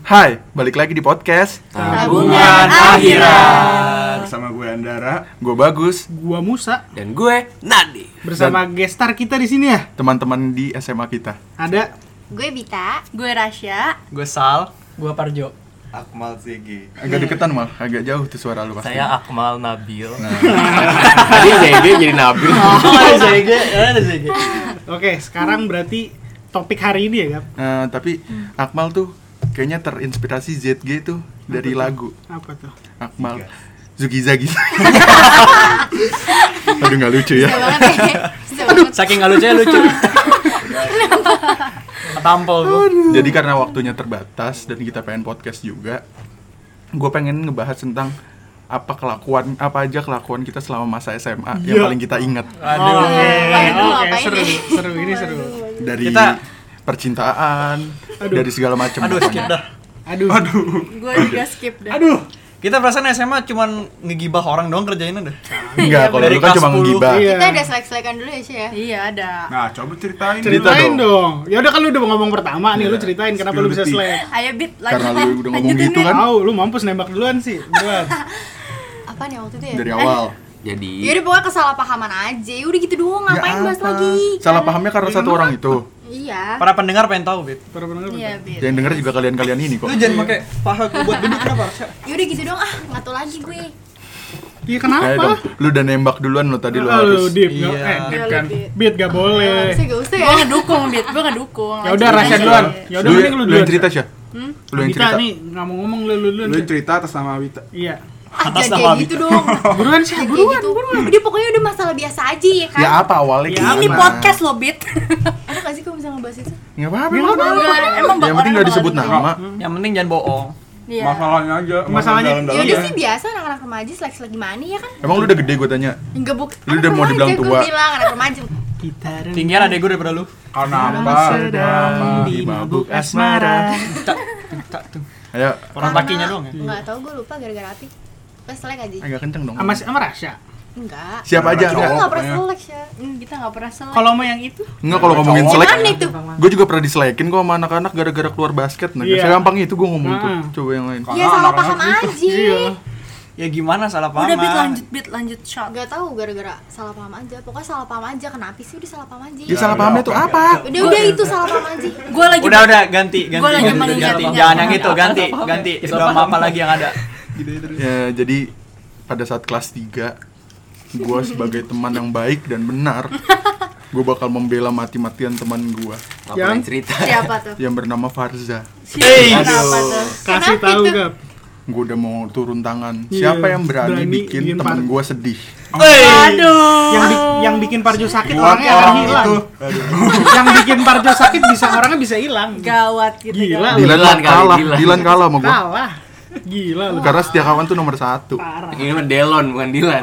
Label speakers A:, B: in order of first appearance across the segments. A: Hai, balik lagi di podcast
B: Tabungan akhirat.
A: Bersama gue Andara Gue Bagus
C: gua Musa
B: Dan gue Nadi.
C: bersama gestar kita di sini ya.
A: Teman-teman di SMA kita
C: Ada
D: Gue Bita, gue Rasya.
E: Gue Sal,
F: Gua Parjo.
E: Akmal Zigi.
A: Agak deketan mal, agak jauh tuh suara lu pasti
E: Saya Ya, Akmal Nabil.
F: Nah.
B: Tadi ZG jadi Nabil.
F: ZG, ada ZG.
C: Oke, sekarang berarti topik hari ini ya, Gap.
A: Eh, Tapi Akmal tuh kayaknya terinspirasi ZG tuh dari lagu
C: Apa tuh?
A: Akmal Zugi Zagi Aduh gak lucu ya
D: Aduh,
F: Saking nggak lucunya lucu. Ketampol gua.
A: Jadi karena waktunya terbatas dan kita pengen podcast juga, gue pengen ngebahas tentang apa kelakuan apa aja kelakuan kita selama masa SMA yang
C: Iya.
A: paling kita ingat
F: Aduh.
D: Waduh,
C: Oke,
D: ngapain
C: seru,
D: nih?
C: seru ini seru.
A: dari
F: Kita-
A: percintaan,
C: Aduh.
A: dari segala macam.
F: Aduh, skip
A: pokoknya.
F: dah.
C: Aduh.
D: gue juga skip dah.
C: Aduh.
F: Kita perasaan SMA cuman ngegibah orang doang kerjainnya deh.
A: Enggak, kalau
F: Dari
A: dulu kan
F: kelas
A: cuma
F: 10.
A: ngibah.
C: Iya.
D: Kita ada selek-selekan dulu ya, Sya ya? Iya, ada.
G: Nah, coba ceritain.
A: Cerita
C: Ceritain
A: dong.
C: dong. Ya udah kan lu udah ngomong pertama nih,
A: Iya.
C: lu ceritain kenapa
A: Spill
C: lu bisa
A: the tea.
C: selek.
D: Ayo Bit, lanjut.
A: Karena lu
D: Lan.
A: udah ngomong
D: Lanjutin,
A: gitu
D: Bit.
A: kan
C: Tahu, lu mampus nembak duluan sih. Beruan.
D: Apaan ya waktu itu ya?
A: dari awal.
B: Jadi
D: Ya udah pokoknya kesalahpahaman aja. Udah gitu doang, ngapain
A: Ya
D: bahas
A: apa?
D: lagi? Kan?
A: Salah pahamnya karena satu orang itu.
D: Iya.
F: Para pendengar pengen tahu, Bit.
C: Para pendengar.
D: Iya, Bit.
A: Yang denger juga kalian-kalian ini kok.
F: Lu jangan pakai paha gua buat duduk kenapa? Sya?
D: Ya udah gitu doang, ah, nggak tahu lagi gue.
C: Iya,
A: Ayo
C: kenapa? Ah,
A: dong, lu udah nembak duluan lo tadi lu
C: Lu
A: harus.
C: deep, nggak?
F: Iya.
C: eh, deep kan.
D: Iya, deep.
C: Beat gak
A: Eh.
C: boleh.
D: Saya gak usah ya. Gue ngedukung, Bit. Gue ngedukung.
C: Ya udah Rasya duluan. Ya udah
A: Lu,
C: mending lu
A: lu
C: duluan.
A: yang cerita sih. Lu yang
C: Kita
A: cerita.
C: nih nggak mau ngomong lu duluan.
G: Lu
C: Sya.
G: cerita atas nama Wita.
C: Iya.
D: Atas kayak gitu dong.
C: Buruan sih,
D: Jangan Kayak
C: buruan.
D: gitu. Dia pokoknya udah masalah biasa aja ya kan?
A: Ya apa awalnya
C: Ya,
A: gimana?
C: ini podcast
D: loh, Bit. Ada gak sih kalau bisa ngebahas itu?
A: Nggak apa-apa,
C: Iya,
A: nggak apa-apa.
D: Emang
A: Yang penting nggak disebut nah. nama.
F: Yang penting jangan bohong.
D: Iya.
G: Masalahnya aja.
C: Masalahnya- iya,
G: dalam
D: Ya udah
A: Iya.
D: sih biasa anak-anak remaja selek-selek gimana ya kan?
A: Emang lu udah gede gue tanya.
D: Enggak buk.
A: Lu udah mau dibilang tua.
D: Gue bilang anak remaja.
C: Kita
F: Tinggian adek gua daripada lu.
G: Karena apa?
A: di mabuk asmara.
F: Cak, tuh, cak tuh.
A: Ayo,
F: Orang kakinya doang ya.
D: Enggak tahu gue lupa gara-gara api. Gue selek aja.
A: agak kenceng dong.
C: sama sama Rasya.
D: Enggak.
A: Siapa aja?
D: Kita
A: Enggak,
D: enggak pernah
G: pokoknya.
D: selek, Sya. Hmm, Kita enggak pernah selek.
C: Kalau mau yang itu
A: enggak kalau ngomongin
D: Cowok.
A: selek.
D: Aneh tuh.
A: Gue juga pernah diselekin kok sama anak-anak gara-gara keluar basket. Nah,
C: Iya.
A: segampang itu gue ngomong tuh.
C: Heeh.
A: Coba yang lain.
D: Ya
G: Karena
D: salah
G: anak-anak
D: paham
C: Iya.
D: aja.
F: Ya gimana salah paham?
D: bit, lanjut shot. Gak tahu gara-gara salah paham aja. Pokoknya salah paham aja. Kenapa sih udah salah paham aja?
A: Ya salah pahamnya tuh apa?
D: Udah udah itu salah paham aja. Gue lagi
F: Udah udah ganti ganti
D: Gua lagi
F: ganti,
D: mengingat-
F: ganti.
D: ingat.
F: jangan yang itu ganti ganti drama apa lagi yang ada
A: Ya, jadi pada saat kelas 3 gue sebagai teman yang baik dan benar gue bakal membela mati-matian teman gue
B: nggak
C: Yang-
B: boleh cerita.
D: siapa tuh?
A: yang bernama Farza
D: Kenapa tuh?
C: kasih
D: Kenapa
C: tahu kan.
D: tuh?
C: gap.
A: gue udah mau turun tangan
C: Iya,
A: siapa yang berani,
C: berani
A: bikin
C: bikin
A: teman
C: Far-
A: gue sedih
C: Yang bi- yang bikin Parjo sakit
G: Buat
C: orangnya akan
G: orang
C: hilang.
G: itu.
C: yang bikin Parjo sakit bisa orangnya bisa hilang.
D: Gawat gitu.
C: Gila lu.
B: Gila.
A: Dilan
B: Dilan kali,
A: kalah,
B: Dilan.
A: Dilan kalah sama gue
C: Kalah. Gila lu.
A: Karena setiap kawan tuh nomor satu
C: Parah.
B: Ini mah Delon bukan Dilan.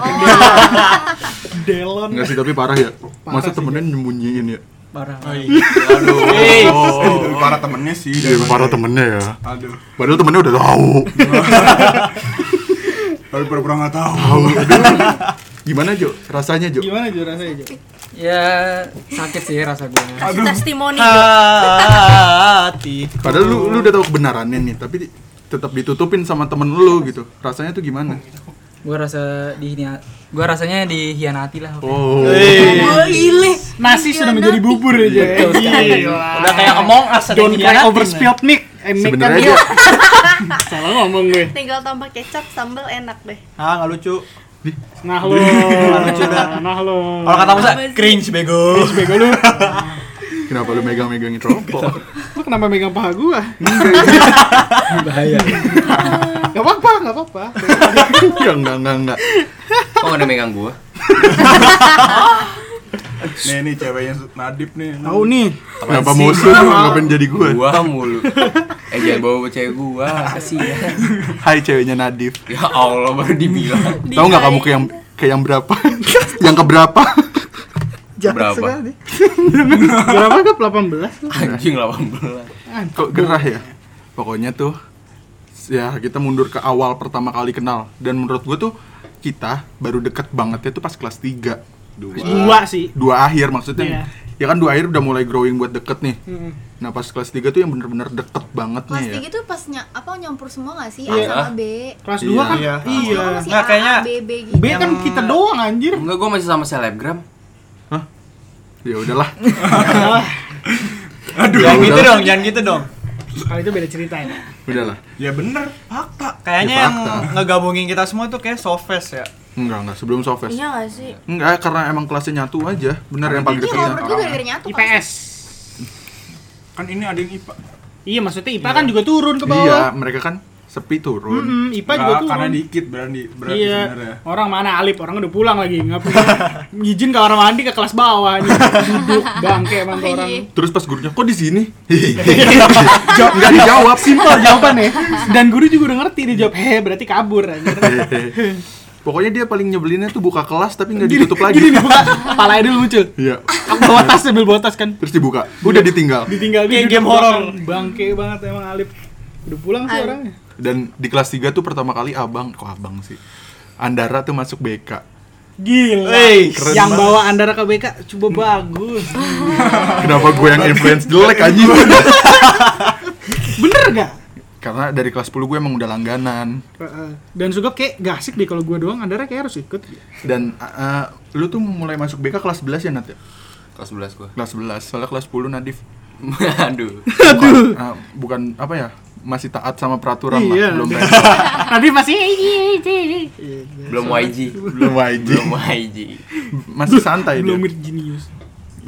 C: Delon.
A: Enggak sih, tapi parah ya Masa temennya nyembunyiin ya?
F: parah
B: Aduh.
G: Lebih parah temennya sih. daripada-
A: parah temennya ya
G: Aduh.
A: Padahal temennya udah tahu.
G: Tapi pura-pura nggak tahu.
A: Gimana Jo? Rasanya Jo?
C: Gimana Jo rasanya Jo?
E: Ya sakit sih rasa gue.
D: Kasih testimoni.
F: hati
A: Padahal lu, lu udah tahu kebenarannya nih Tapi di- tetap ditutupin sama temen lu gitu Rasanya tuh gimana?
E: Gue rasa dihina. Gue rasanya dihianati lah.
A: Oh
F: Eh.
D: Oh, ile.
C: Nasi sudah menjadi bubur aja. Iya. Gila.
F: udah kayak Among Us ada yang
C: Don't cry
F: dikhianatin.
C: over spilled milk. Eh, milk kan
A: Sebenarnya Jo
C: salah ngomong gue.
D: Tinggal tambah kecap, sambel enak deh.
F: ah nggak lucu
C: Nah lo. Nah lo.
F: kalau kata Musa
D: Apa sih?
F: cringe bego
C: bego lu.
A: Kenapa lu megang-megangin rokok?
C: Lu kenapa megang paha gua?
E: Bahaya.
C: Gak apa-apa, gak apa-apa.
A: ya enggak, enggak, enggak
B: Kok ada megang gua?
G: Nih nih ceweknya Nadib nih.
C: Tahu nih.
A: Kenapa musuh lu ngapain jadi gue?
B: Gua mulu. Eh jangan bawa cewek gua,
E: ya.
B: kasihan.
A: Hai ceweknya Nadif
B: Ya Allah baru dibilang.
A: Tahu nggak kamu ke yang ke yang berapa? yang keberapa?
B: Berapa?
C: Berapa gap? 18.
B: Anjing 18.
A: Kok gerah ya? Pokoknya tuh ya kita mundur ke awal pertama kali kenal dan menurut gue tuh kita baru deket bangetnya tuh pas kelas 3
C: Dua sih.
A: dua akhir maksudnya
C: Iya.
A: ya kan dua akhir udah mulai growing buat deket nih
C: Hmm.
A: nah pas kelas 3 tuh yang bener-bener deket banget
D: Kelas
A: nih ya
D: 3 tuh pas ny- apa nyampur semua gak sih?
C: Iya.
D: A sama B.
C: Kelas
A: Iya.
C: 2 kan
G: Iya.
C: iya.
D: Kelas dua masih
F: Nggak,
D: A,
F: kayaknya
D: B, B gitu.
C: B kan
F: Yang-
C: kita doang anjir.
B: Enggak, gue masih sama selebgram.
A: ya udahlah
G: Aduh.
F: Jangan gitu
A: udah.
F: dong, jangan gitu dong.
C: Kalau itu beda cerita ya.
A: udahlah
G: Ya bener, fakta.
F: Kayaknya
A: Ya,
F: yang
A: fakta.
F: ngegabungin kita semua tuh kayak sofes ya.
A: enggak enggak sebelum sofes
D: Iya gak sih?
A: enggak karena emang kelasnya nyatu aja bener yang
C: Iya,
A: paling ya.
D: Tapi Iya, kalau
A: deketnya
D: menurut gue gara-gara nyatu kan.
C: IPS.
G: Kan ini ada yang IPA.
C: Iya maksudnya IPA kan juga turun ke
A: iya
C: bawah.
A: mereka kan sepi turun
C: Mm-mm, IPA juga
G: Nggak,
C: turun.
G: karena dikit berani berani
C: iya.
G: sebenarnya.
C: Orang mana Alip, orang udah pulang lagi. Enggak punya izin ke kamar mandi ke kelas bawah nih. Duduk bangke emang tuh orang.
D: Iya.
A: terus pas gurunya kok di sini Ja- nggak dijawab
C: Simpel jawabannya. Dan guru juga udah ngerti dia jawab, "He, berarti kabur anjir."
A: pokoknya dia paling nyebelinnya tuh buka kelas tapi nggak ditutup lagi
C: Gini dibuka, kepalanya dulu muncul.
A: iya
C: Aku bawa tas sambil bawa tas kan.
A: terus dibuka udah ditinggal
C: Ditinggal
F: Kayak
C: dia duduk
F: game horor.
C: belakang. Bangke banget emang Alip. Udah pulang sih
D: Alip.
C: orangnya.
A: dan di kelas 3 tuh pertama kali abang kok abang sih Andara tuh masuk BK
C: Gila.
F: Wey,
A: keren
C: yang
A: banget.
C: bawa Andara ke BK coba bagus.
A: kenapa gue yang influence jelek anjing
C: Bener gak?
A: karena dari kelas 10 gue emang udah langganan
C: Dan Sugap kayak gak asik deh kalau gua doang Andara kayak harus ikut.
A: dan uh, uh, lu tuh mulai masuk BK kelas 11 ya Nat ya?
B: Kelas 11 gue.
A: kelas 11 soalnya kelas 10 Nadif
B: Aduh.
A: bukan, uh, bukan apa ya masih taat sama peraturan lah
C: Iya.
A: belum random.
C: Tadi pasti
B: Belum YG.
A: belum YG
B: Belum YG.
A: masih santai
C: belum
A: dia
C: genius.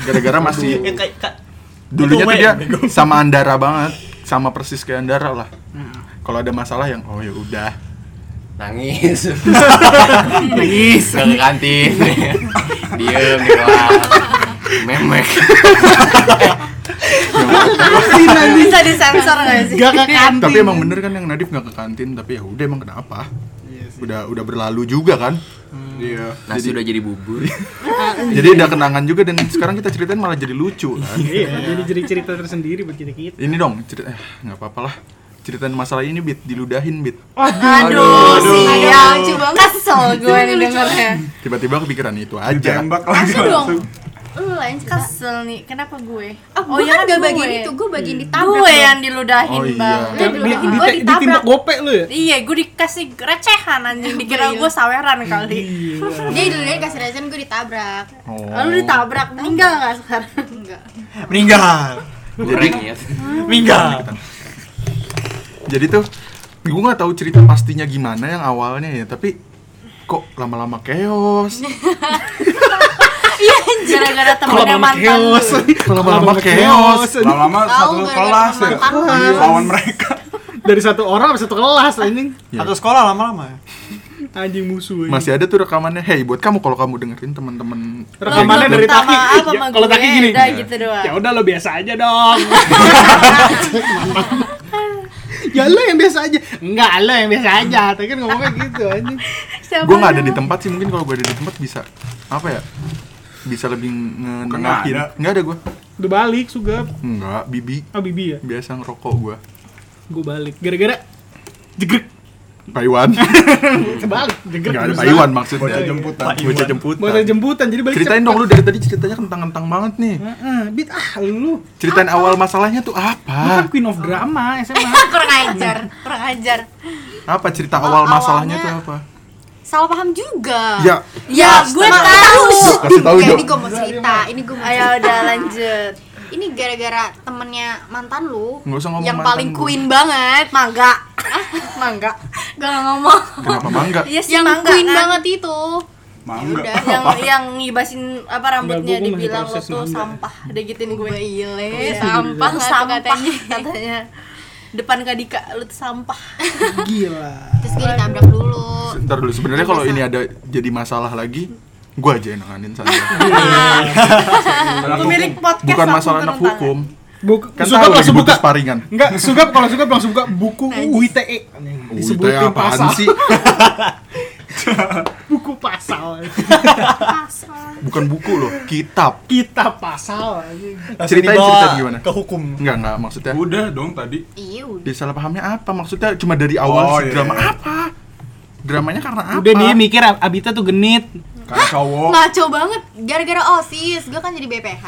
A: gara-gara masih
F: Ya, kayak kayak-
A: dulunya tuh
F: Bego,
A: dia
F: bego.
A: sama Andara banget sama persis kayak Andara lah
C: Hmm.
A: kalau ada masalah yang oh ya udah
B: Nangis.
C: Nangis.
B: Nggak ke kantin. Diem di kelas. Memek.
D: Bisa disensor gak sih?
C: Gak ke kantin.
A: tapi emang bener kan yang Nadif nggak ke kantin tapi ya udah emang kenapa
C: Iya
A: udah udah berlalu juga kan
C: Hmm.
G: Iya.
B: Nasi udah jadi bubur.
A: jadi ada kenangan juga dan sekarang kita ceritain malah jadi lucu kan
C: Iya, jadi jadi cerita tersendiri buat kita kita.
A: ini dong cerita eh, nggak apa-apa lah ceritain masalah ini bit diludahin bit
D: Aduh, sial. Coba kesel gue ya. nih dengernya.
A: tiba-tiba kepikiran itu aja
G: Ditembak gitu. langsung.
D: dong.
G: langsung.
D: Lu lain cerita.
H: Kesel nih, kenapa gue?
D: Oh,
H: Oh,
D: gue
H: iya
D: kan
H: kan Hmm.
D: gak
H: gue.
D: bagian itu, gue bagian ditabrak
H: Gue
D: dong.
H: yang diludahin
A: Oh, iya.
H: bang
D: Yang
C: Di,
D: di-
H: Gue
D: di-
H: ditabrak.
C: ditimbak gope lu ya?
H: Iya, gue dikasih recehan anjing
D: Oh,
H: Dikira
D: Gila.
H: gue saweran kali
C: Iya.
D: Dia dulu dia kasih racun gue ditabrak.
A: oh.
H: Lalu ditabrak, meninggal gak sekarang?
D: Enggak.
A: Ah.
F: meninggal.
B: Goreng ya.
F: Meninggal.
A: jadi tuh gue nggak tahu cerita pastinya gimana yang awalnya ya tapi kok lama-lama chaos
H: Gara-gara temennya
C: Kalau
H: Kan mantan lu.
C: chaos.
A: lama-lama chaos
G: Lama-lama
D: Tahu
G: satu
D: gara-gara
G: kelas ya.
D: mantan kelas.
G: Lawan mereka.
C: Dari satu orang sampai satu kelas anjing.
A: Ya.
F: Satu sekolah lama-lama ya.
C: Anjing musuh. anjing.
A: masih ada tuh rekamannya hey buat kamu kalau kamu dengerin teman-teman
C: Rekamannya
H: Lu
C: dari
H: minta
C: Taki.
H: maaf
C: Ya,
H: sama
C: kalau
H: gue,
C: Taki gini.
H: Udah gitu
C: Ya
H: doang
C: udah lo biasa aja dong. ya lo yang biasa aja. Enggak, lo yang biasa aja. Tapi kan ngomongnya gitu anjing.
A: gue nggak ada di tempat sih mungkin kalau gue ada di tempat bisa apa ya bisa lebih ngenengahin
G: ada.
A: nggak ada gue
C: Udah balik Sugap.
A: nggak bibi
C: Ah Bibi ya.
A: biasa ngerokok gue
C: Gue balik gara-gara jegrek
A: Taiwan
C: kebalik jegrek.
A: nggak ada
C: Bisa.
A: Taiwan maksudnya
G: Bocah jemputan.
A: bocah jemputan
C: Buat jemputan jadi balik.
A: ceritain
C: cepet.
A: dong lu dari tadi ceritanya kentang-kentang banget nih
C: Heeh, bit ah lu.
A: ceritain awal masalahnya tuh
C: Lu kan
A: apa
C: queen of drama SMA.
H: Kurang ajar, kurang ajar
A: apa cerita awal
D: Awalnya- eh,
A: masalahnya tuh apa
D: Salah paham juga.
A: ya
H: Ya, gue tahu
A: kasih tahu
D: Kayak
A: dong
D: ini gue mau cerita, ini gue mau
H: Ayo
D: cerita.
H: udah lanjut
D: Ini gara-gara temennya mantan lu
A: Nggak usah ngomong
D: yang
A: mantan
D: paling
A: gua.
D: queen banget, mangga.
H: Ah, Mangga
D: Gak ngomong.
A: kenapa mangga
H: Iya sih
D: yang
H: mangga
D: queen
H: kan.
D: banget itu.
G: Mangga.
D: Udah,
H: yang yang ngibasin apa rambutnya
C: Ah. Enggak, gua- gua masih
H: dibilang lo
C: proses
H: tuh
C: nambah.
H: sampah udah gituin gue
D: Ile,
H: Iya.
D: sampah
H: Lu
D: nggak tuh
H: sampah katanya
D: katanya.
H: katanya depan kak Dika lu tuh sampah
C: Gila.
D: Terus gue ditabrak dulu.
A: Ntar dulu sebenarnya kalau ini ada jadi masalah lagi gue aja yang nanganin saja
H: pemilik podcast
A: bukan
H: langsung
A: masalah anak
H: turun tangan.
A: hukum
C: Buk,
A: kan
C: Sugap
A: tahu lagi
C: langsung buka.
A: butuh sparingan
C: Enggak, Sugap kalau Sugap langsung buka buku uh, UU ITE.
A: Disebutin
C: E. Disebutin
A: E ya apaan
C: pasal.
A: sih?
C: Buku pasal.
A: Bukan buku loh, kitab.
C: Kita pasal anjing.
A: Ceritain
F: Langsung
A: cerita
F: dibawa
A: gimana?
F: Ke hukum.
A: Enggak, enggak maksudnya.
G: Udah dong tadi.
D: Iya udah.
A: Disalahpahamnya apa? Maksudnya cuma dari awal
G: Oh,
A: sih
G: iya,
A: drama
G: iya.
A: apa? Dramanya karena apa?
C: Udah nih mikir Ab- Abita tuh genit.
G: Karena cowok.
D: Ngaco banget gara-gara OSIS, gue kan jadi BPH.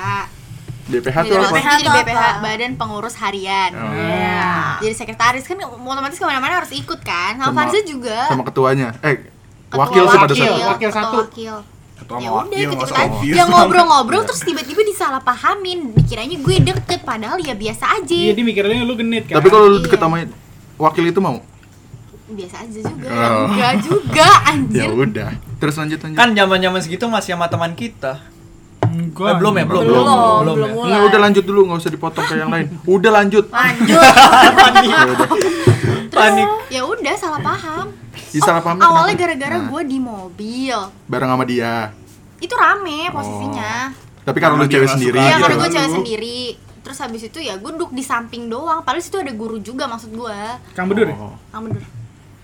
A: BPH tuh
D: Jadi
A: apa?
D: BPH
H: Jadi
D: tuh apa?
H: BPH.
D: Badan Pengurus Harian.
A: Oh.
D: Jadi sekretaris kan otomatis kemana-mana harus ikut kan. Sama
A: Sama-
D: Farza juga.
A: Ya, Sama ketuanya. Eh,
D: Ketua
A: wakil sih pada
C: wakil.
A: saat itu.
C: Wakil
D: ketua
C: satu.
D: Wakil.
G: Ketua
D: Ya
G: mau
D: udah
G: wakil,
D: ikut
G: masa
D: ikutan.
G: obvious
D: Yang
G: dong.
D: ngobrol-ngobrol terus tiba-tiba disalahpahamin. Dikiranya gue deket padahal ya biasa
C: Iya,
D: aja.
C: dia mikirnya lu genit kan.
A: Tapi kalau lu
D: Iya.
A: deket sama wakil itu mau?
D: Biasa aja juga.
A: Oh.
D: Enggak juga
A: Ya
D: anjir.
A: udah. Terus lanjut lanjut.
F: Kan zaman-zaman segitu masih sama teman kita. Eh,
C: Enggak.
F: belum ya, belum.
H: belum, Iya, belum,
F: Belum ya?
A: Nggak,
H: mulai.
A: udah lanjut dulu, nggak usah dipotong ke yang lain. Udah lanjut. Ya
H: Lanjut.
F: Panik.
D: Ya udah salah paham.
A: Ih, salah
D: Oh,
A: pahamnya
D: awalnya
A: kenapa?
D: gara-gara
A: Nah.
D: gue di mobil.
A: Bareng sama dia.
D: Itu rame posisinya.
A: Tapi karena
G: Karena
A: lu
G: dia
A: cewek
G: nggak
A: sendiri.
G: suka
D: Iya,
G: gitu
D: karena gue
G: kan
D: cewek
G: lu.
D: sendiri. Terus habis itu ya gue duduk di samping doang. Padahal situ ada guru juga maksud gue.
C: Kang Bedur. ya?
A: Oh.
D: Kamu duduk.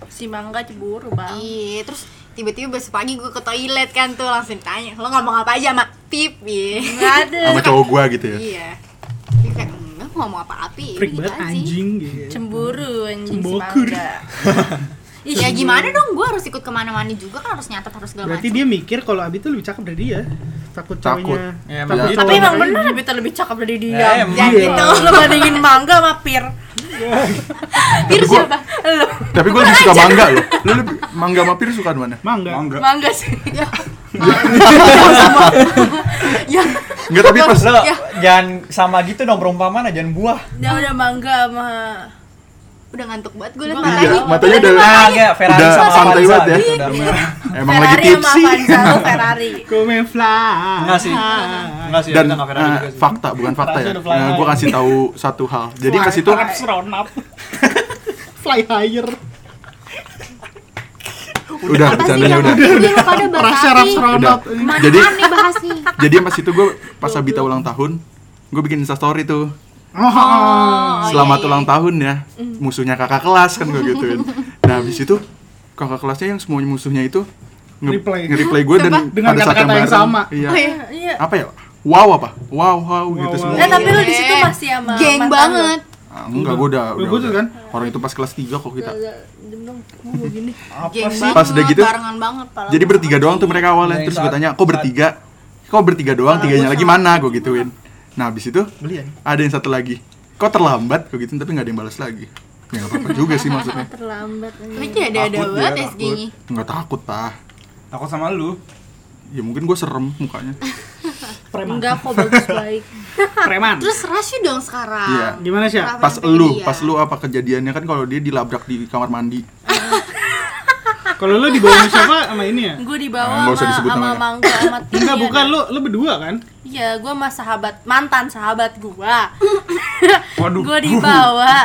H: Si Mangga cemburu, Bang.
D: Iya, terus tiba-tiba besok pagi gue ke toilet kan tuh langsung tanya, lo ngomong apa aja mak Pip ya.
H: Ada.
A: Sama cowok gua gitu ya.
D: Iya. Dia kayak enggak mau ngomong apa api.
C: Freak banget Iya, anjing gitu.
H: Cemburu anjing si
C: Cembokur.
H: Mangga.
D: Ya gimana dong, gue harus ikut kemana-mana juga kan harus nyatet harus segala
C: Berarti
D: macam.
C: dia mikir kalau Abi tuh lebih cakep dari dia. Takut
A: Takut. Iya,
F: Ya,
C: cowoknya. takut
A: emang.
H: Tapi
C: cowoknya gitu.
H: emang
C: ini.
H: bener Nabita lebih cakep dari
F: Ya,
H: dia.
F: emang.
H: Ya gitu. Lo bandingin Mangga sama Pir.
D: Pir
A: Tapi gua-
D: siapa?
H: Lo
A: Tapi gua lebih suka mangga loh. Lu lebih mangga sama pir suka di mana?
C: Emang enggak.
G: Mangga.
H: Mangga sih.
D: Ya,
A: Enggak, tapi pas Iya,
F: Lo, jangan sama gitu dong perumpamaan aja, jangan buah.
H: Dia udah Mangga sama
D: udah ngantuk banget gue liat
H: Gua
D: matanya.
A: iya, matanya udah
F: Nah, kayak Ferrari
A: udah
F: sama
A: santai
F: Avanza.
A: banget ya.
F: gitu, udah merah.
A: emang lagi
H: Ferrari sama
A: tipsi.
H: Avanza. Lo Ferrari.
C: Come fly.
F: Enggak sih. Enggak sih,
A: Dan
F: kita nggak Iya, Ferrari
A: eh,
F: juga sih.
A: fakta bukan fakta ya.
F: Rasanya udah fly
A: Nah,
F: high.
A: gua kasih tahu satu hal. Jadi
C: Fly
A: pas itu
C: perhaps round up. Fly higher.
A: udah
D: Apa sih
A: bercandanya
D: yang
A: udah.
D: udah lupa ada bahas
C: Perhaps
D: api?
C: raps round
A: Udah.
C: up.
A: Jadi
D: Mana nih bahas nih?
A: jadi pas itu gua pas Abita ulang tahun, gua bikin instastory tuh.
C: Oh.
D: Oh,
A: Selamat
D: iya, iya.
A: ulang tahun ya.
H: Mm.
A: Musuhnya kakak kelas kan gua gituin. Nah, habis itu kakak kelasnya yang semua musuhnya itu nge-
C: Replay.
A: nge-replay gue dan
C: Coba. Dengan
A: pada saat yang,
C: kata-kata
A: bareng,
C: yang sama.
A: Iya.
H: Iya, Iya.
A: Apa ya? Wow apa? Wow, wow, gitu
C: wow.
A: semua.
H: Eh tapi lo di situ masih sama
D: Iya, Geng
H: mantan lo.
D: banget.
A: Ah, enggak, gue udah,
C: Gua
A: udah,
C: putus
A: udah.
C: kan?
A: Orang itu pas kelas 3 kok kita.
H: Diam dong, gua mau gini.
D: Geng
A: sih?
D: banget.
A: Pas udah gitu,
D: barengan banget pala.
A: Jadi bertiga doang tuh mereka awalnya.
C: Iya,
A: Terus gue tanya, kok bertiga? Kok bertiga doang? Tiganya lagi mana? Gue gituin. Nah, abis itu
C: ya?
A: ada yang satu lagi. Kok terlambat? Gue gituin, tapi nggak ada yang balas lagi. Ya nggak apa-apa juga sih maksudnya.
H: Terlambat. anjing.
D: Tapi kayak ada-ada
G: Takut dia,
D: banget ya,
G: takut.
D: SG-nya.
A: Nggak takut, tah.
G: Takut sama lu.
A: Ya mungkin gue serem mukanya.
C: Preman.
H: Enggak kok bagus baik.
C: Preman.
D: Terus Rasyu dong sekarang.
A: Iya.
C: Gimana sih?
D: Kenapa
A: Pas
D: sampai
A: lu,
H: ya?
D: dia?
A: pas lu apa kejadiannya kan kalau dia dilabrak di kamar mandi.
C: Kalau lu di bawah siapa sama ini ya?
H: Gue
A: Ah,
H: dibawa
A: nggak usah
H: sama
A: disebut
H: sama
A: namanya.
H: Mangga sama Tia.
C: Enggak, bukan lu, lu berdua kan?
H: Iya, gue sama sahabat mantan sahabat gua.
G: Waduh.
H: Gue dibawa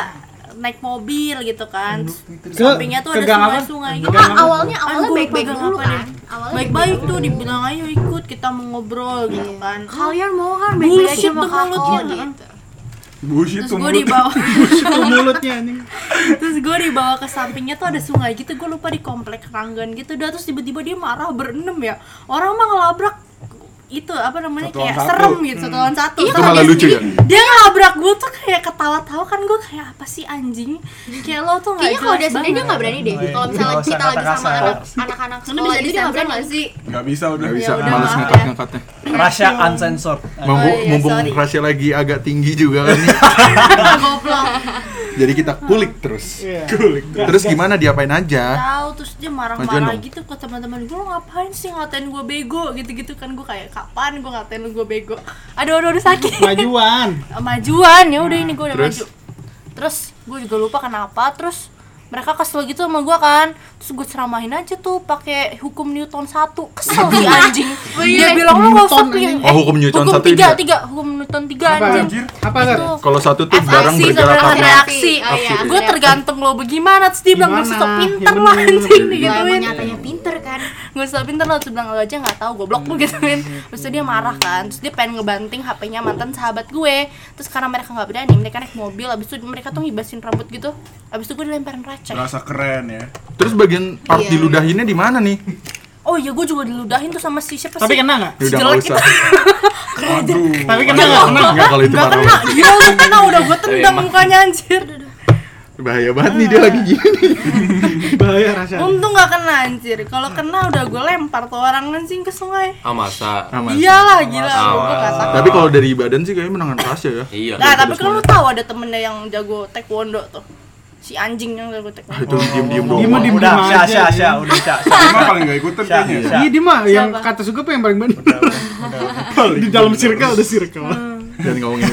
H: naik mobil gitu kan.
C: Ke-
H: Terus Sampingnya tuh
C: ke
H: ada
C: gang apa?
H: sungai-sungai gitu.
D: Kan awalnya awalnya
H: Kan gua
D: baik-baik
H: pegang
D: dulu
H: apa
D: kan.
H: deh.
D: Awalnya
H: Baik-baik tuh dibilang ayo ikut kita mau ngobrol gitu
D: Iya.
H: kan.
D: kalian mau kan baik-baik aja
H: Bullshit
D: sama
H: tuh
D: kakak
H: mulutnya.
D: gitu.
G: Bullshit
A: Gitu,
H: Terus
G: tuh
H: gue
G: mulut.
H: dibawa
C: Buset tuh mulutnya anjing.
H: terus gue dibawa ke sampingnya tuh ada sungai gitu gue lupa di komplek Ranggan gitu dah terus tiba-tiba dia marah berenam ya orang mah ngelabrak itu apa namanya
G: Satu
H: kayak
G: lawan
H: serem
G: satu.
H: gitu satu
D: Hmm.
H: lawan satu
D: Iya,
A: Itu
H: Serem.
A: malah lucu ya?
H: dia ngelabrak gue tuh kayak ketawa-tawa kan gue kayak apa sih anjing kayak lo tuh nggak
D: Kayaknya kalau dia
H: jelas
D: sendiri dia
H: banget.
D: nggak berani deh.
F: Iya.
D: Kalau misalnya
F: Nggak usah
D: kita lagi
F: kata
D: sama
F: kasar.
D: anak- anak-anak
H: Karena
D: sekolah dia
H: bisa Oh,
D: nggak
H: jadi disamperin
D: berani.
H: nggak sih
G: Nggak bisa udah.
A: Nggak bisa,
H: udah,
A: males
H: maaf ya.
A: ngangkat-ngangkatnya.
F: Rasya uncensored.
A: Mumpung,
H: iya,
A: mumpung
H: sorry.
A: rahasia lagi agak tinggi juga kan nih.
H: goblok
A: Jadi kita kulik terus.
C: Iya.
A: Kulik.
C: Gas,
A: Terus
C: gas.
A: gimana diapain aja?
H: tahu terus dia
A: Majuan
H: marah-marah
A: dong.
H: gitu ke teman-teman gue lo ngapain sih ngatain gue bego gitu-gitu kan gue kayak kapan gue ngatain lu gue bego aduh aduh aduh sakit
C: Majuan.
H: majuan ya udah ini gue udah
A: Terus?
H: maju terus gue juga lupa kenapa terus mereka kesel gitu sama gue kan terus gue ceramahin aja tuh pakai hukum Newton satu kesel si anjing dia bilang lo gak usah
C: Newton
H: pilih Eh,
A: Oh, hukum Newton
H: hukum
A: satu
H: tiga
A: ini.
H: tiga hukum Newton tiga
C: Apa?
H: anjing Gitu.
C: Apa kan?
H: Itu.
A: Kalau satu tuh
H: FIC
A: barang bergerak
H: sebenarnya
A: karena
H: reaksi
D: Oh, iya.
H: gue tergantung lo bagaimana terus dia bilang gue
C: Gimana?
H: sok pinter
C: Ya
H: lo
C: bener,
H: anjing
C: bener.
D: Kalau
H: digituin
D: emang nyatanya pinter kan.
H: gue selalu pinter lo terus bilang lo aja nggak tahu goblok lo gituin
C: Hmm.
H: terus tuh dia marah kan terus dia pengen ngebanting HP-nya mantan sahabat gue terus karena mereka nggak berani mereka naik mobil abis itu mereka tuh ngibasin rambut gitu abis itu gue dilemparin receh
G: Rasa keren ya.
A: Terus bagian part
D: Iya.
A: diludahinnya di mana nih?
H: oh iya gue juga diludahin tuh sama si siapa
C: Tapi
H: sih
C: kena nggak?
A: Ya udah
H: Si
A: nggak
H: jelek
A: usah.
G: Aduh.
C: Tapi kena nggak? Kena.
A: Enggak kalau itu
H: Nggak
A: parah.
H: kena, gila gue kena udah
C: Iya,
H: gue
B: Tapi
H: tendang
B: emang.
H: mukanya anjir
A: Bahaya banget nih dia lagi gini.
C: bahaya rasanya
H: Untung gak kena anjir. Kalau kena udah gue lempar tuh orang anjing ke sungai.
B: Ah masa?
A: Sama sih.
H: Iyalah Iya gila,
B: Awas.
H: gue gak takut.
A: Tapi kalau dari badan sih kayaknya menangan Prasya ya.
B: Iya.
H: Nah, tapi
A: Udah
H: kan lu
A: semuanya.
H: tahu ada temennya yang jago taekwondo tuh. Si anjing yang jago
A: Ah,
H: taekwondo.
A: itu diem-diem doang.
C: Diem-diem
F: udah,
C: diem
F: Sya,
C: aja,
F: Sya,
C: ya.
F: Sya, udah, Sya. Sya.
G: Dia mah paling gak ikutan
F: Sya,
G: kayaknya.
F: Sya.
C: Iya, dia mah yang
H: Siapa?
C: kata suka yang paling bener. di dalam circle udah circle.
A: Dan ngomongin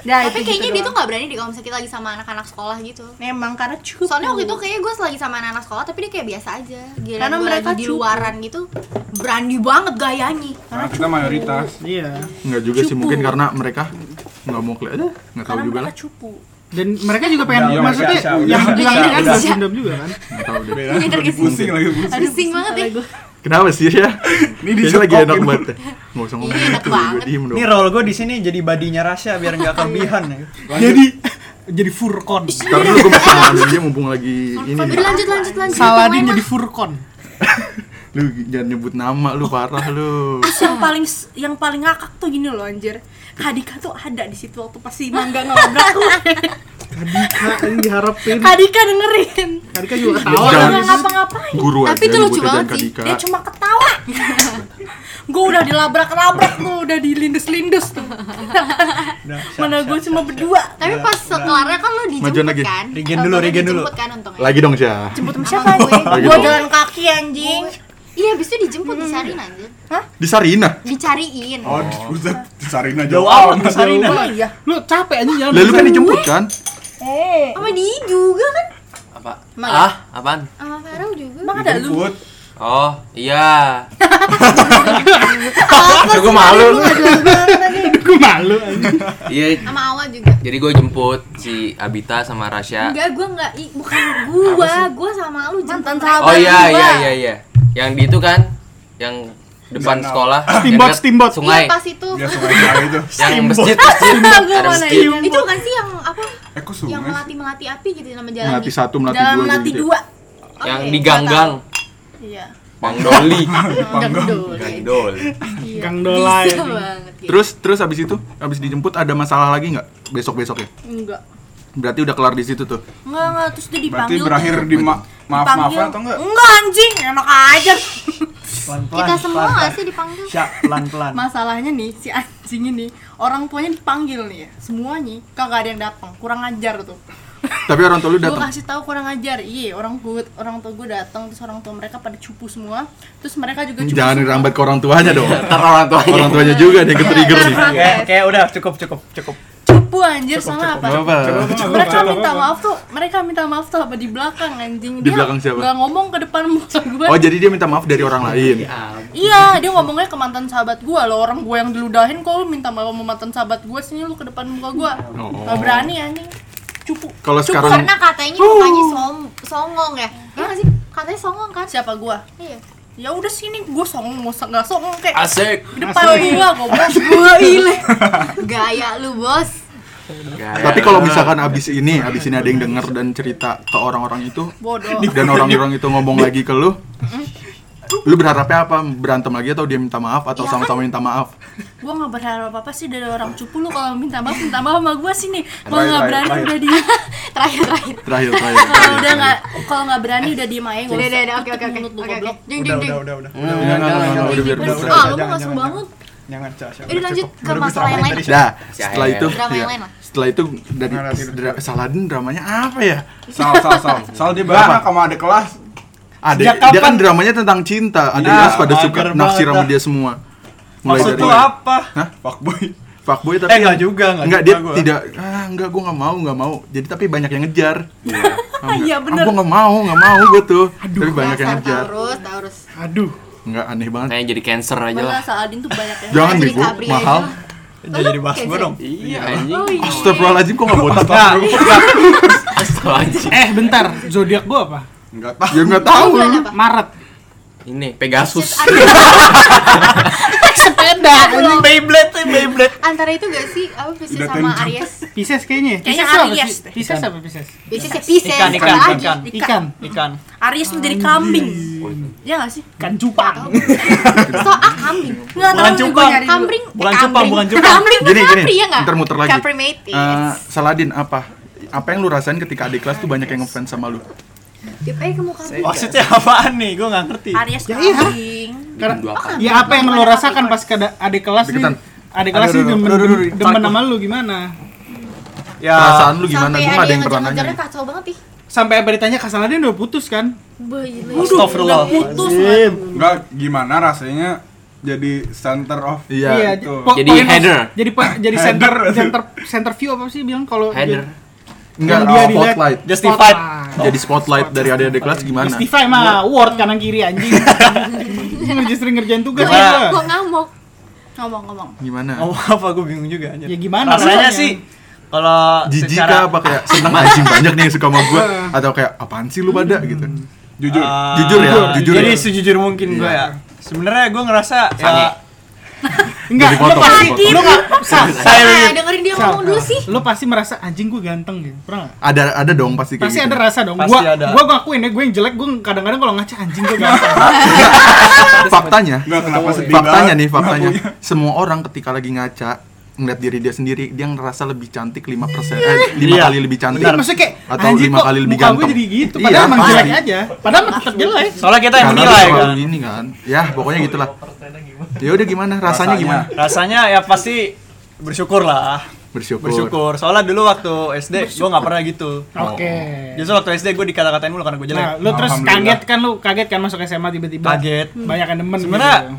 H: Nah,
D: Tapi kayaknya dia tuh
H: doang.
D: nggak berani di kalau misalnya kita lagi sama anak-anak sekolah gitu.
H: memang karena cukup.
D: Soalnya waktu itu kayaknya gue lagi sama anak-anak sekolah tapi dia kayak biasa aja. Gila
H: Karena
D: Karena
H: mereka
D: mereka di
H: cupu.
D: luaran gitu berani banget gayanya.
G: Nah, kita mayoritas.
C: Iya.
A: nggak juga sih mungkin karena mereka nggak mau kelihatan, nggak tahu
H: karena
A: juga
H: mereka
A: lah.
H: cupu.
C: Dan mereka juga pengen
G: Udah,
C: maksudnya
G: udah, udah,
C: yang
G: udah,
C: bilang
D: udah,
C: ini kan
D: udah.
C: balas dendam juga kan.
A: Nggak tahu deh.
G: Beda, lagi pusing, lagi pusing.
D: Pusing banget ya.
A: Kenapa sih ya?
G: Ini
A: Kayaknya lagi
G: dicekokin.
A: enak banget. ya. Nggak usah ngomong
D: Iya, enak
A: gitu, gue
D: banget.
A: diem dong.
F: Ini role gue di sini jadi badinya Rasya biar nggak kelebihan ya.
C: Jadi jadi furkon.
A: Tapi dulu gue masih ngomongin dia mumpung lagi ini.
D: Udah
A: nih.
D: lanjut lanjut lanjut.
C: Saladin
D: Yang lain
C: jadi
D: lah.
C: furkon.
A: Lu jangan nyebut nama lu parah lu.
H: Terus yang paling yang paling ngakak tuh gini loh anjir. Kadika tuh ada di situ waktu pas si Mangga ngelabrak tuh.
C: Kadika yang diharapin.
D: Kan
H: Kadika dengerin.
C: Kadika juga
A: Jangan.
C: ketawa.
H: Nggak ngapa-ngapain.
A: Guru aja
D: Tapi itu lucu
A: nyebutnya
D: banget
A: jangan
D: sih.
A: Kadika.
H: Dia cuma ketawa. gue udah dilabrak-labrak tuh, udah dilindus-lindus tuh.
F: Udah, Sya,
H: Mana
F: Sya,
H: gue
F: Sya.
H: cuma berdua.
D: Tapi pas sekelarnya kan lo
A: Majuan
D: dijemput
A: lagi.
D: kan?
F: Regen
D: Eh,
F: dulu,
D: lo
F: regen dulu.
D: Dijemput kan untungnya.
A: Lagi dong, Syah.
H: Jemput sama siapa?
A: Lagi
H: Gue
A: dong.
H: jalan kaki anjing.
D: Iya, abis itu dijemput dicariin aja.
A: Di Sarina.
D: Dicariin.
G: Oh, di pusat, disarin aja.
F: Jauh amat Mas Arina.
H: Oh iya.
C: Lu capek aja jalan.
A: Lalu kan dijemput kan?
H: Eh,
D: Sama dia juga kan?
B: Apa?
H: Emang ya?
B: Ah, apaan?
D: Sama Farel juga.
H: emang ada lu.
G: Dijemput.
B: Oh, iya.
H: Apa
B: Aduh, gue malu.
C: Gue malu anjing.
B: Iya,
D: Sama Awa juga.
B: jadi gue jemput si Abita sama Rasya.
D: Enggak, gue enggak, i- bukan gue, gue sama lu jemput
H: Mantan
D: mereka.
B: Oh
H: Abang
B: iya
H: gua.
B: iya iya iya. Yang di itu kan yang depan
G: Danau.
B: sekolah, yang
C: Steamboat,
B: dekat
C: steamboat.
B: sungai,
D: Iya, pas itu.
G: Dia sungai Jaya itu.
B: yang masjid, masjid.
H: Gua
B: Ada
H: mana
B: masjid.
H: ya?
D: Itu bukan sih yang apa?
G: Eh, kok
D: Yang
G: sungai? sih?
D: melati-melati api gitu nama jalan.
A: Melati satu, melati
H: Jalan
A: dua.
H: melati
A: gitu.
H: dua.
D: Oke,
B: Yang
D: gua
B: di ganggang,
H: Iya.
B: Bang Doli,
G: Panggang.
B: Gang Dol.
C: Kang Dolai.
D: Iya. Bisa banget. gitu.
A: Terus terus abis itu, abis dijemput ada masalah lagi nggak besok besok ya?
H: Enggak.
A: Berarti udah kelar di situ tuh.
H: Enggak, enggak. Terus dia
G: Berarti
H: dipanggil.
G: berakhir
H: tuh.
G: di ma- maaf-maafan
H: Dipanggil.
G: atau enggak?
H: Enggak anjing, enak aja.
F: Pelan-pelan,
D: Kita semua
F: pelan-pelan.
D: nggak sih dipanggil?
F: Sya, pelan-pelan.
H: Masalahnya nih si anjing ini orang tuanya dipanggil nih ya. Semuanya kagak ada yang datang. Kurang ajar tuh.
A: Tapi orang tua lu
H: gue
A: datang.
H: kasih tahu kurang ajar iya orang gue orang tua gue datang terus orang tua mereka pada cupu semua terus mereka juga cupu
A: Jangan
H: semua. Iya,
A: dirambat ke orang tuanya dong.
B: Ntar orang tuanya.
A: Orang tuanya juga nih yang ke-trigger nih.
F: Kayak kayak udah cukup cukup cukup.
H: cupu anjir salah apa
A: Gak apa.
H: mereka minta maaf tuh mereka minta maaf tuh apa di belakang anjing
A: Di belakang siapa?
H: nggak ngomong ke depan muka gue
A: Oh jadi dia minta maaf dari orang lain.
H: iya dia ngomongnya ke mantan sahabat gue loh orang gue yang diludahin kok lu minta maaf sama mantan sahabat gue sini lu ke depan muka gue
A: Oh.
H: nggak berani anjing cupu
A: Kalau sekarang
D: Karena Nah, katanya mukanya som songong ya. Iya nggak sih? Katanya songong kan?
H: siapa gue
D: Iya.
H: ya udah sini gue songong mau nggak songong kayak
B: Asik.
H: di depan gue goblok gue ile
D: Gaya lu, Bos.
B: Gaya
A: tapi kalau
B: lu.
A: misalkan abis ini, abis ini ada yang denger dan cerita ke orang-orang itu
H: bodoh
A: dan orang-orang itu ngomong lagi ke lu, lu berharapnya apa? Berantem lagi atau dia minta maaf atau
H: Iya kan?
A: sama-sama minta maaf?
H: gue nggak berharap apa sih dari orang cupu lu kalau minta maaf minta maaf sama gue sini kalau
G: Terakhir,
H: nggak berani
G: terakhir,
H: udah di
D: Terakhir, terakhir.
A: Terakhir, terakhir.
H: kalau udah nggak kalau nggak berani udah diem aja
D: Udah, udah, udah. Oke, oke, oke.
H: Menurut lu
D: Oke, oke.
H: goblok.
D: Ding,
F: Udah udah
D: ding, ding.
F: udah udah.
A: Udah, udah, udah, udah, udah, biar
D: Terus,
A: berubah.
D: ah,
F: udah,
D: lu
F: jangan,
D: langsung
F: jangan,
D: banget.
F: Jangan Sya, Sya.
D: Udah, lanjut
F: cukup.
D: ke
F: Baru gue
D: masalah yang
F: sampein
D: lain.
F: tadi, Sya.
A: Dah,
B: Si
A: setelah
B: Ael.
A: itu,
D: Drama yang
A: iya.
D: lain lah.
A: setelah itu dari
G: Nah, nanti
A: dra- Saladin dramanya apa ya?
G: Sal, sal, sal. Sal dia bareng sama ada kelas.
A: Ada
F: Sejak
A: dia kan
F: kapan?
A: dramanya tentang cinta, ada
F: Nah,
A: kelas pada
F: mager
A: suka
F: banget
A: naksir sama
F: dah.
A: dia semua. Mulai
F: Maksud
A: dari
F: lu apa?
G: Fuckboy.
A: fuckboy tapi
F: Eh enggak juga, enggak.
A: Enggak, dia
F: juga gua.
A: tidak ah enggak gua nggak mau nggak mau jadi tapi banyak yang ngejar Ah, enggak.
H: Iya,
A: Ah,
H: bener.
A: gua nggak mau nggak mau gua tuh tapi banyak yang
D: Dasar
A: ngejar
D: Taurus, Taurus.
C: Aduh.
A: nggak aneh
H: Eh,
A: banget
B: Kayaknya jadi cancer aja
H: Padahal
B: lah.
H: Saladin tuh banyak ya
A: jangan
D: Jadi
A: bego
D: Sabri aja
A: mahal
D: lah.
F: Jangan jadi bahas gua dong.
B: Iya anjing.
A: Astagfirullahaladzim kok nggak botak
F: Nah,
B: Astagfirullah, anjing.
C: Eh, bentar. Zodiak gua apa?
G: Enggak tahu.
A: ya nggak tahu
D: Bulan apa?
C: Maret.
B: Ini Pegasus.
C: Sepeda.
F: Beyblade, eh, Beyblade.
D: Antara itu gak sih? Apa Pisces
G: Udah
D: sama
G: tencap.
D: Aries?
C: Pisces kayaknya.
H: Kayaknya
C: Pisces apa?
H: Aries
C: Pi-
H: deh.
C: Pisces apa Pisces?
D: Biasanya sih Pisces.
F: Ikan, ikan,
D: Apalagi?
F: Ah, ikan.
C: Ikan.
F: Ikan.
H: Aries tuh jadi kambing Iya nggak sih
C: Ikan cupang.
D: Soal kambing.
H: nggak
F: Bukan
H: tahu nih,
F: cupang.
H: gua nyari dulu.
D: Kambing,
F: Bukan cupang, bukan cupang.
D: Kambing
A: Gini,
D: gini,
A: gini,
D: ya nggak?
A: ntar muter lagi.
D: Caprimatis.
A: Eh, Saladin apa apa yang lu rasain ketika adik kelas tuh banyak yang ngefans sama lu
D: Tipe eh kamu kan
F: Maksudnya apaan nih? Gue gak ngerti.
H: Aries kambing.
C: Karena
B: Dua apa?
C: ya apa yang lo rasakan pas ke ada- adik kelas nih?
A: Deketan.
C: Adik kelas
A: Aduh,
C: nih
A: aduh,
C: demen,
A: aduh, aduh, aduh,
C: demen
A: aduh.
C: sama lu gimana?
F: Ya,
A: perasaan lu gimana
D: Sampai
A: gue
D: ada
A: ada
D: yang
A: yang pernah
D: ngejar-ngejarnya
A: nanya
D: kacau banget ih
C: Sampai apa ditanya kesalahannya udah putus kan?
F: Astagfirullah.
H: Putus banget.
G: Enggak gimana rasanya jadi center of
A: iya
G: itu.
C: po-
B: Jadi
C: point of-
B: header.
C: Jadi po- jadi center
G: Ya, Header.
C: center center view apa sih bilang kalau
B: Header.
A: enggak
C: Yang dia Nah, oh.
A: oh,
C: dilihat-
A: spotlight
F: justified.
A: jadi spotlight dari adik-adik kelas gimana
C: Justify mah word kanan kiri anjing. Ngerjain sering ngerjain tugas
F: Gua-
C: aja.
D: Gua ngamuk
H: Ngomong-ngomong.
A: gimana
C: Oh.
F: Ngomong apa gue bingung juga anjir.
C: Ya gimana
F: Rasanya
C: rasanya?
F: sih kalau
A: jijik
F: secara-
A: kah apa kayak seneng anjing banyak nih yang suka sama gue
C: Nah.
A: atau kayak apaan sih lu pada gitu
C: Hmm.
G: Jujur.
F: Ah,
A: Jujur ya, jujur
F: Jadi
A: ya.
F: sejujur mungkin gue ya. Sebenarnya gue ngerasa
B: Sange.
F: ya
C: Enggak,
A: Jadi
C: lu
A: foto,
C: pasti
A: foto.
C: lu enggak sah.
D: Nah dengerin dia
C: Sal,
D: ngomong dulu sih
C: Lu pasti merasa anjing gue ganteng gitu. Pernah nggak?
A: ada ada dong pasti kayak
C: Pasti
A: gitu
C: ada rasa dong.
F: Pasti
C: Gua
F: ada.
C: gua ngakuin ya gue yang jelek gue kadang-kadang kalau ngaca anjing gue ganteng.
A: faktanya
G: Enggak kenapa sedih
A: faktanya
G: banget.
A: nih
G: Kenapa
A: faktanya
G: punya?
A: semua orang ketika lagi ngaca ngeliat diri dia sendiri dia ngerasa lebih cantik 5% eh 5
F: Iya.
A: kali lebih cantik
C: Iya, maksudnya kayak
A: Atau
C: anjing
A: lima
C: kok
A: kali lebih
C: muka gue
A: ganteng.
C: jadi gitu.
A: Iya,
C: Padahal emang
A: pasti.
C: jelek aja. Padahal emang tetap jelek.
F: soalnya kita yang
A: Karena
F: menilai
A: dia
F: kan.
A: selalu ini kan ya pokoknya gitulah ya udah gimana rasanya
G: Rasanya.
A: gimana
F: Rasanya ya pasti bersyukur lah.
A: bersyukur,
F: Bersyukur. Soalnya dulu waktu SD gue nggak pernah gitu.
C: Oke.
F: Justru waktu SD gue dikata-katain mulu karena gue jelek.
C: Nah, lu Iya. terus
G: Alhamdulillah.
C: kaget kan lu kaget kan masuk SMA tiba-tiba.
F: Kaget.
C: Banyak yang demen.
F: Sebenarnya-
C: gitu.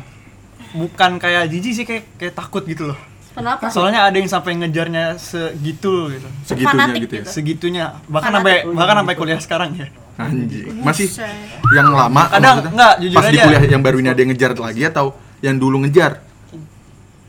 F: Bukan kayak jijik sih kayak kayak takut gitu loh.
H: Kenapa?
F: Soalnya ada yang sampai ngejarnya segitu gitu.
A: segitunya
H: Fanatik
A: gitu ya
H: gitu.
F: Segitunya. Bahkan sampai bahkan sampai
C: gitu.
F: kuliah sekarang ya.
A: anjing masih yang lama
F: Kadang,
A: maksudnya?
F: enggak, jujur
A: pas di
F: aja.
A: kuliah yang baru ini ada yang ngejar lagi atau yang dulu ngejar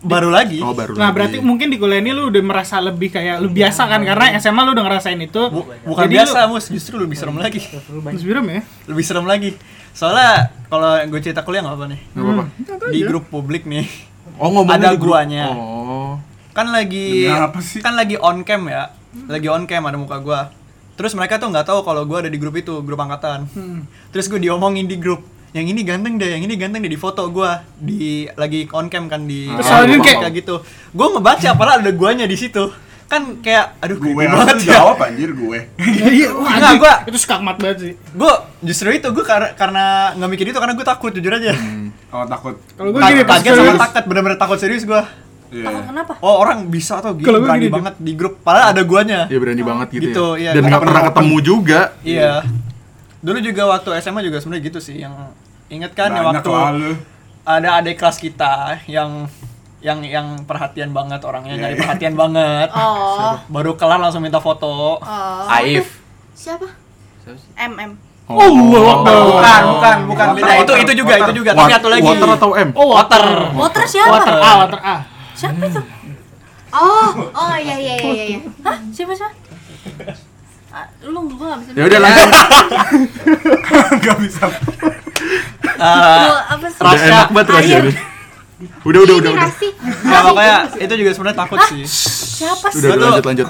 F: Baru lagi.
A: oh baru lagi.
C: Nah berarti
F: Iya.
C: mungkin di kuliah ini lu udah merasa lebih kayak lu biasa kan karena SMA lu udah ngerasain itu.
F: Bu- bukan
C: Jadi
F: biasa, Mus. Justru lebih serem lagi.
C: Lu, Mas Wiram ya.
F: Lebih serem lagi. Soalnya kalau gue cerita kuliah nggak apa nih.
A: Nggak apa-apa.
F: Di
C: ya.
F: grup publik nih.
A: oh ngomong
F: Ada guanya.
A: oh
F: Kan lagi
G: Demi apa sih?
F: kan lagi on cam ya. Lagi on cam ada muka gua. Terus mereka tuh nggak tahu kalau gua ada di grup itu, grup angkatan. Terus gue diomongin di grup. Yang ini ganteng deh, yang ini ganteng deh di foto gua di lagi on cam kan di
C: Terus
F: Ah,
C: soalnya
F: gua
C: kayak-
F: kayak gitu. Gua ngebaca padahal ada guanya di situ. Kan kayak aduh
G: Gue
F: creepy ya."
G: harus jawab anjir gue.
C: Iya.
F: Enggak,
C: Wah, anjing,
F: gua-
C: itu skakmat banget sih.
F: gue justru itu gue karena karena nggak mikir itu karena gue takut jujur aja
G: Oh takut.
C: Kalau gue
F: Ta-
C: gini pas
F: kaget sama
C: serius.
F: takut bener-bener takut serius gue
G: Iya.
H: Takut kenapa?
F: oh orang bisa atau gini
C: Kalau gua
F: berani
C: gini,
F: banget di grup padahal ada guanya
A: ya berani banget gitu,
F: Gitu, iya.
A: ya dan nggak pernah ketemu juga
F: iya dulu juga waktu SMA juga sebenarnya gitu sih yang inget kan ya
G: Banyak
F: waktu
G: lah lu.
F: ada adik kelas kita yang yang yang perhatian banget orangnya nyari
G: Iya, iya.
F: perhatian banget
H: Oh.
F: baru kelar langsung minta foto
H: Oh.
B: Aif.
D: Siapa?
H: MM.
A: oh,
F: bukan bukan bukan Kan
G: Water,
F: beda itu
G: water,
F: itu juga itu juga tapi
A: Wa-
F: satu lagi
A: water atau M
C: Oh, water.
H: Water
C: Water
H: siapa?
C: A, water A.
H: Siapa itu?
D: Oh, oh iya iya iya iya, iya.
H: Hah? Siapa siapa? Ah, Lu gua nggak bisa.
A: ya udah langsung
G: Enggak bisa.
F: Eh,
H: Gua apa sih?
A: udah enak banget rasanya
H: Air.
A: nih. udah udah udah
D: Ini
A: udah
D: Rasi.
F: ya pokoknya itu juga sebenarnya takut sih
H: Siapa sih?
A: udah udah,
F: Betul.
A: lanjut lanjut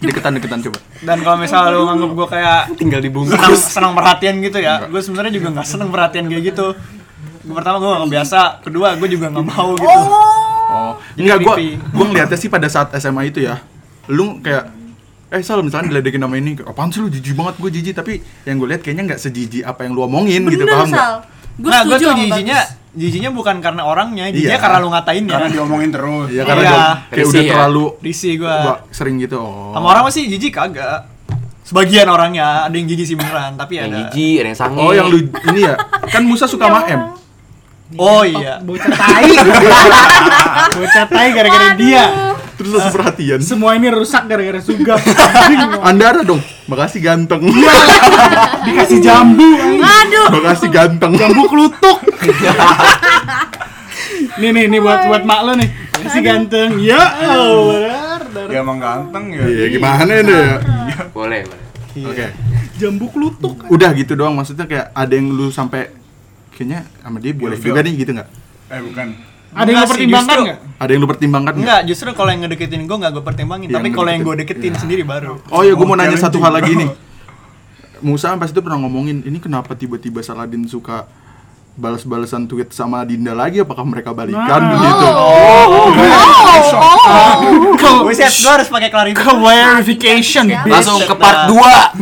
F: Gitu.
A: deketan deketan coba
F: Dan kalau misalnya lu nganggep gue kayak
B: Tinggal dibungkus.
F: senang, senang perhatian gitu ya, gue sebenarnya juga nggak senang perhatian kayak gitu. Gua pertama gue nggak biasa, kedua gue juga nggak mau gitu.
A: Oh, enggak gua
F: creepy.
A: gua ngeliatnya sih pada saat SMA itu ya. Lu kayak eh salah misalnya diledekin nama ini, kayak, apaan sih lu jijik banget gue jijik tapi yang gue lihat kayaknya nggak sejijik apa yang lu omongin gitu
H: Bener
A: paham nggak?
H: Sal. Gua
F: nah gue
H: setuju
F: tuh
H: sama
F: jijinya,
H: Bagus.
F: jijinya bukan karena orangnya, jijinya
A: Iya.
F: karena lu ngatain ya.
G: Karena diomongin terus.
A: Iya karena
F: Iya.
A: gua kayak
B: Risih
A: udah
B: ya.
A: terlalu
F: Risi gue.
A: gua sering gitu. Oh.
F: Sama orang masih jijik kagak. Sebagian orangnya ada yang jijik sih beneran,
D: Iya,
F: tapi
B: Yang
F: ada.
B: jijik, ada yang sange.
A: Oh yang lu ini ya kan Musa suka sama
H: Iya.
A: M.
F: Oh iya.
C: Bocah tai. Bocah tai gara-gara dia.
A: Terus langsung perhatian.
C: Semua ini rusak gara-gara Suga.
A: Anda ada dong. Makasih ganteng.
C: Dikasih jambu.
H: Aduh.
A: Makasih ganteng.
C: jambu kelutuk nih nih nih buat buat mak lo nih si ganteng ya Allah
G: Ya emang ganteng ya.
A: Iya gimana ini ya?
B: Boleh, boleh.
H: Iya.
A: Oke.
C: jambu kelutuk
A: Udah gitu doang maksudnya kayak ada yang lu sampai kayaknya sama dia boleh
G: Ilfil.
A: juga nih gitu nggak?
G: Eh bukan.
C: ada yang
F: Enggak
C: lo
F: sih,
C: pertimbangkan
F: justru-
C: nggak
A: Ada yang lu pertimbangkan nggak?
F: Enggak, justru kalau yang ngedeketin gue nggak gue pertimbangin,
A: Yang
F: tapi kalau yang gue
A: Iya, ngedeketin.
F: deketin sendiri baru.
A: Oh ya, gue mau
G: Oh,
A: nanya satu hal lagi
G: challenging,
A: nih. Musa kan pas itu pernah ngomongin ini kenapa tiba-tiba Saladin suka balas-balasan tweet sama Dinda lagi apakah mereka balikan
C: Nah.
A: gitu.
F: Gue harus pakai klarifikasi. Nah,
C: clarification
B: Langsung ke part 2.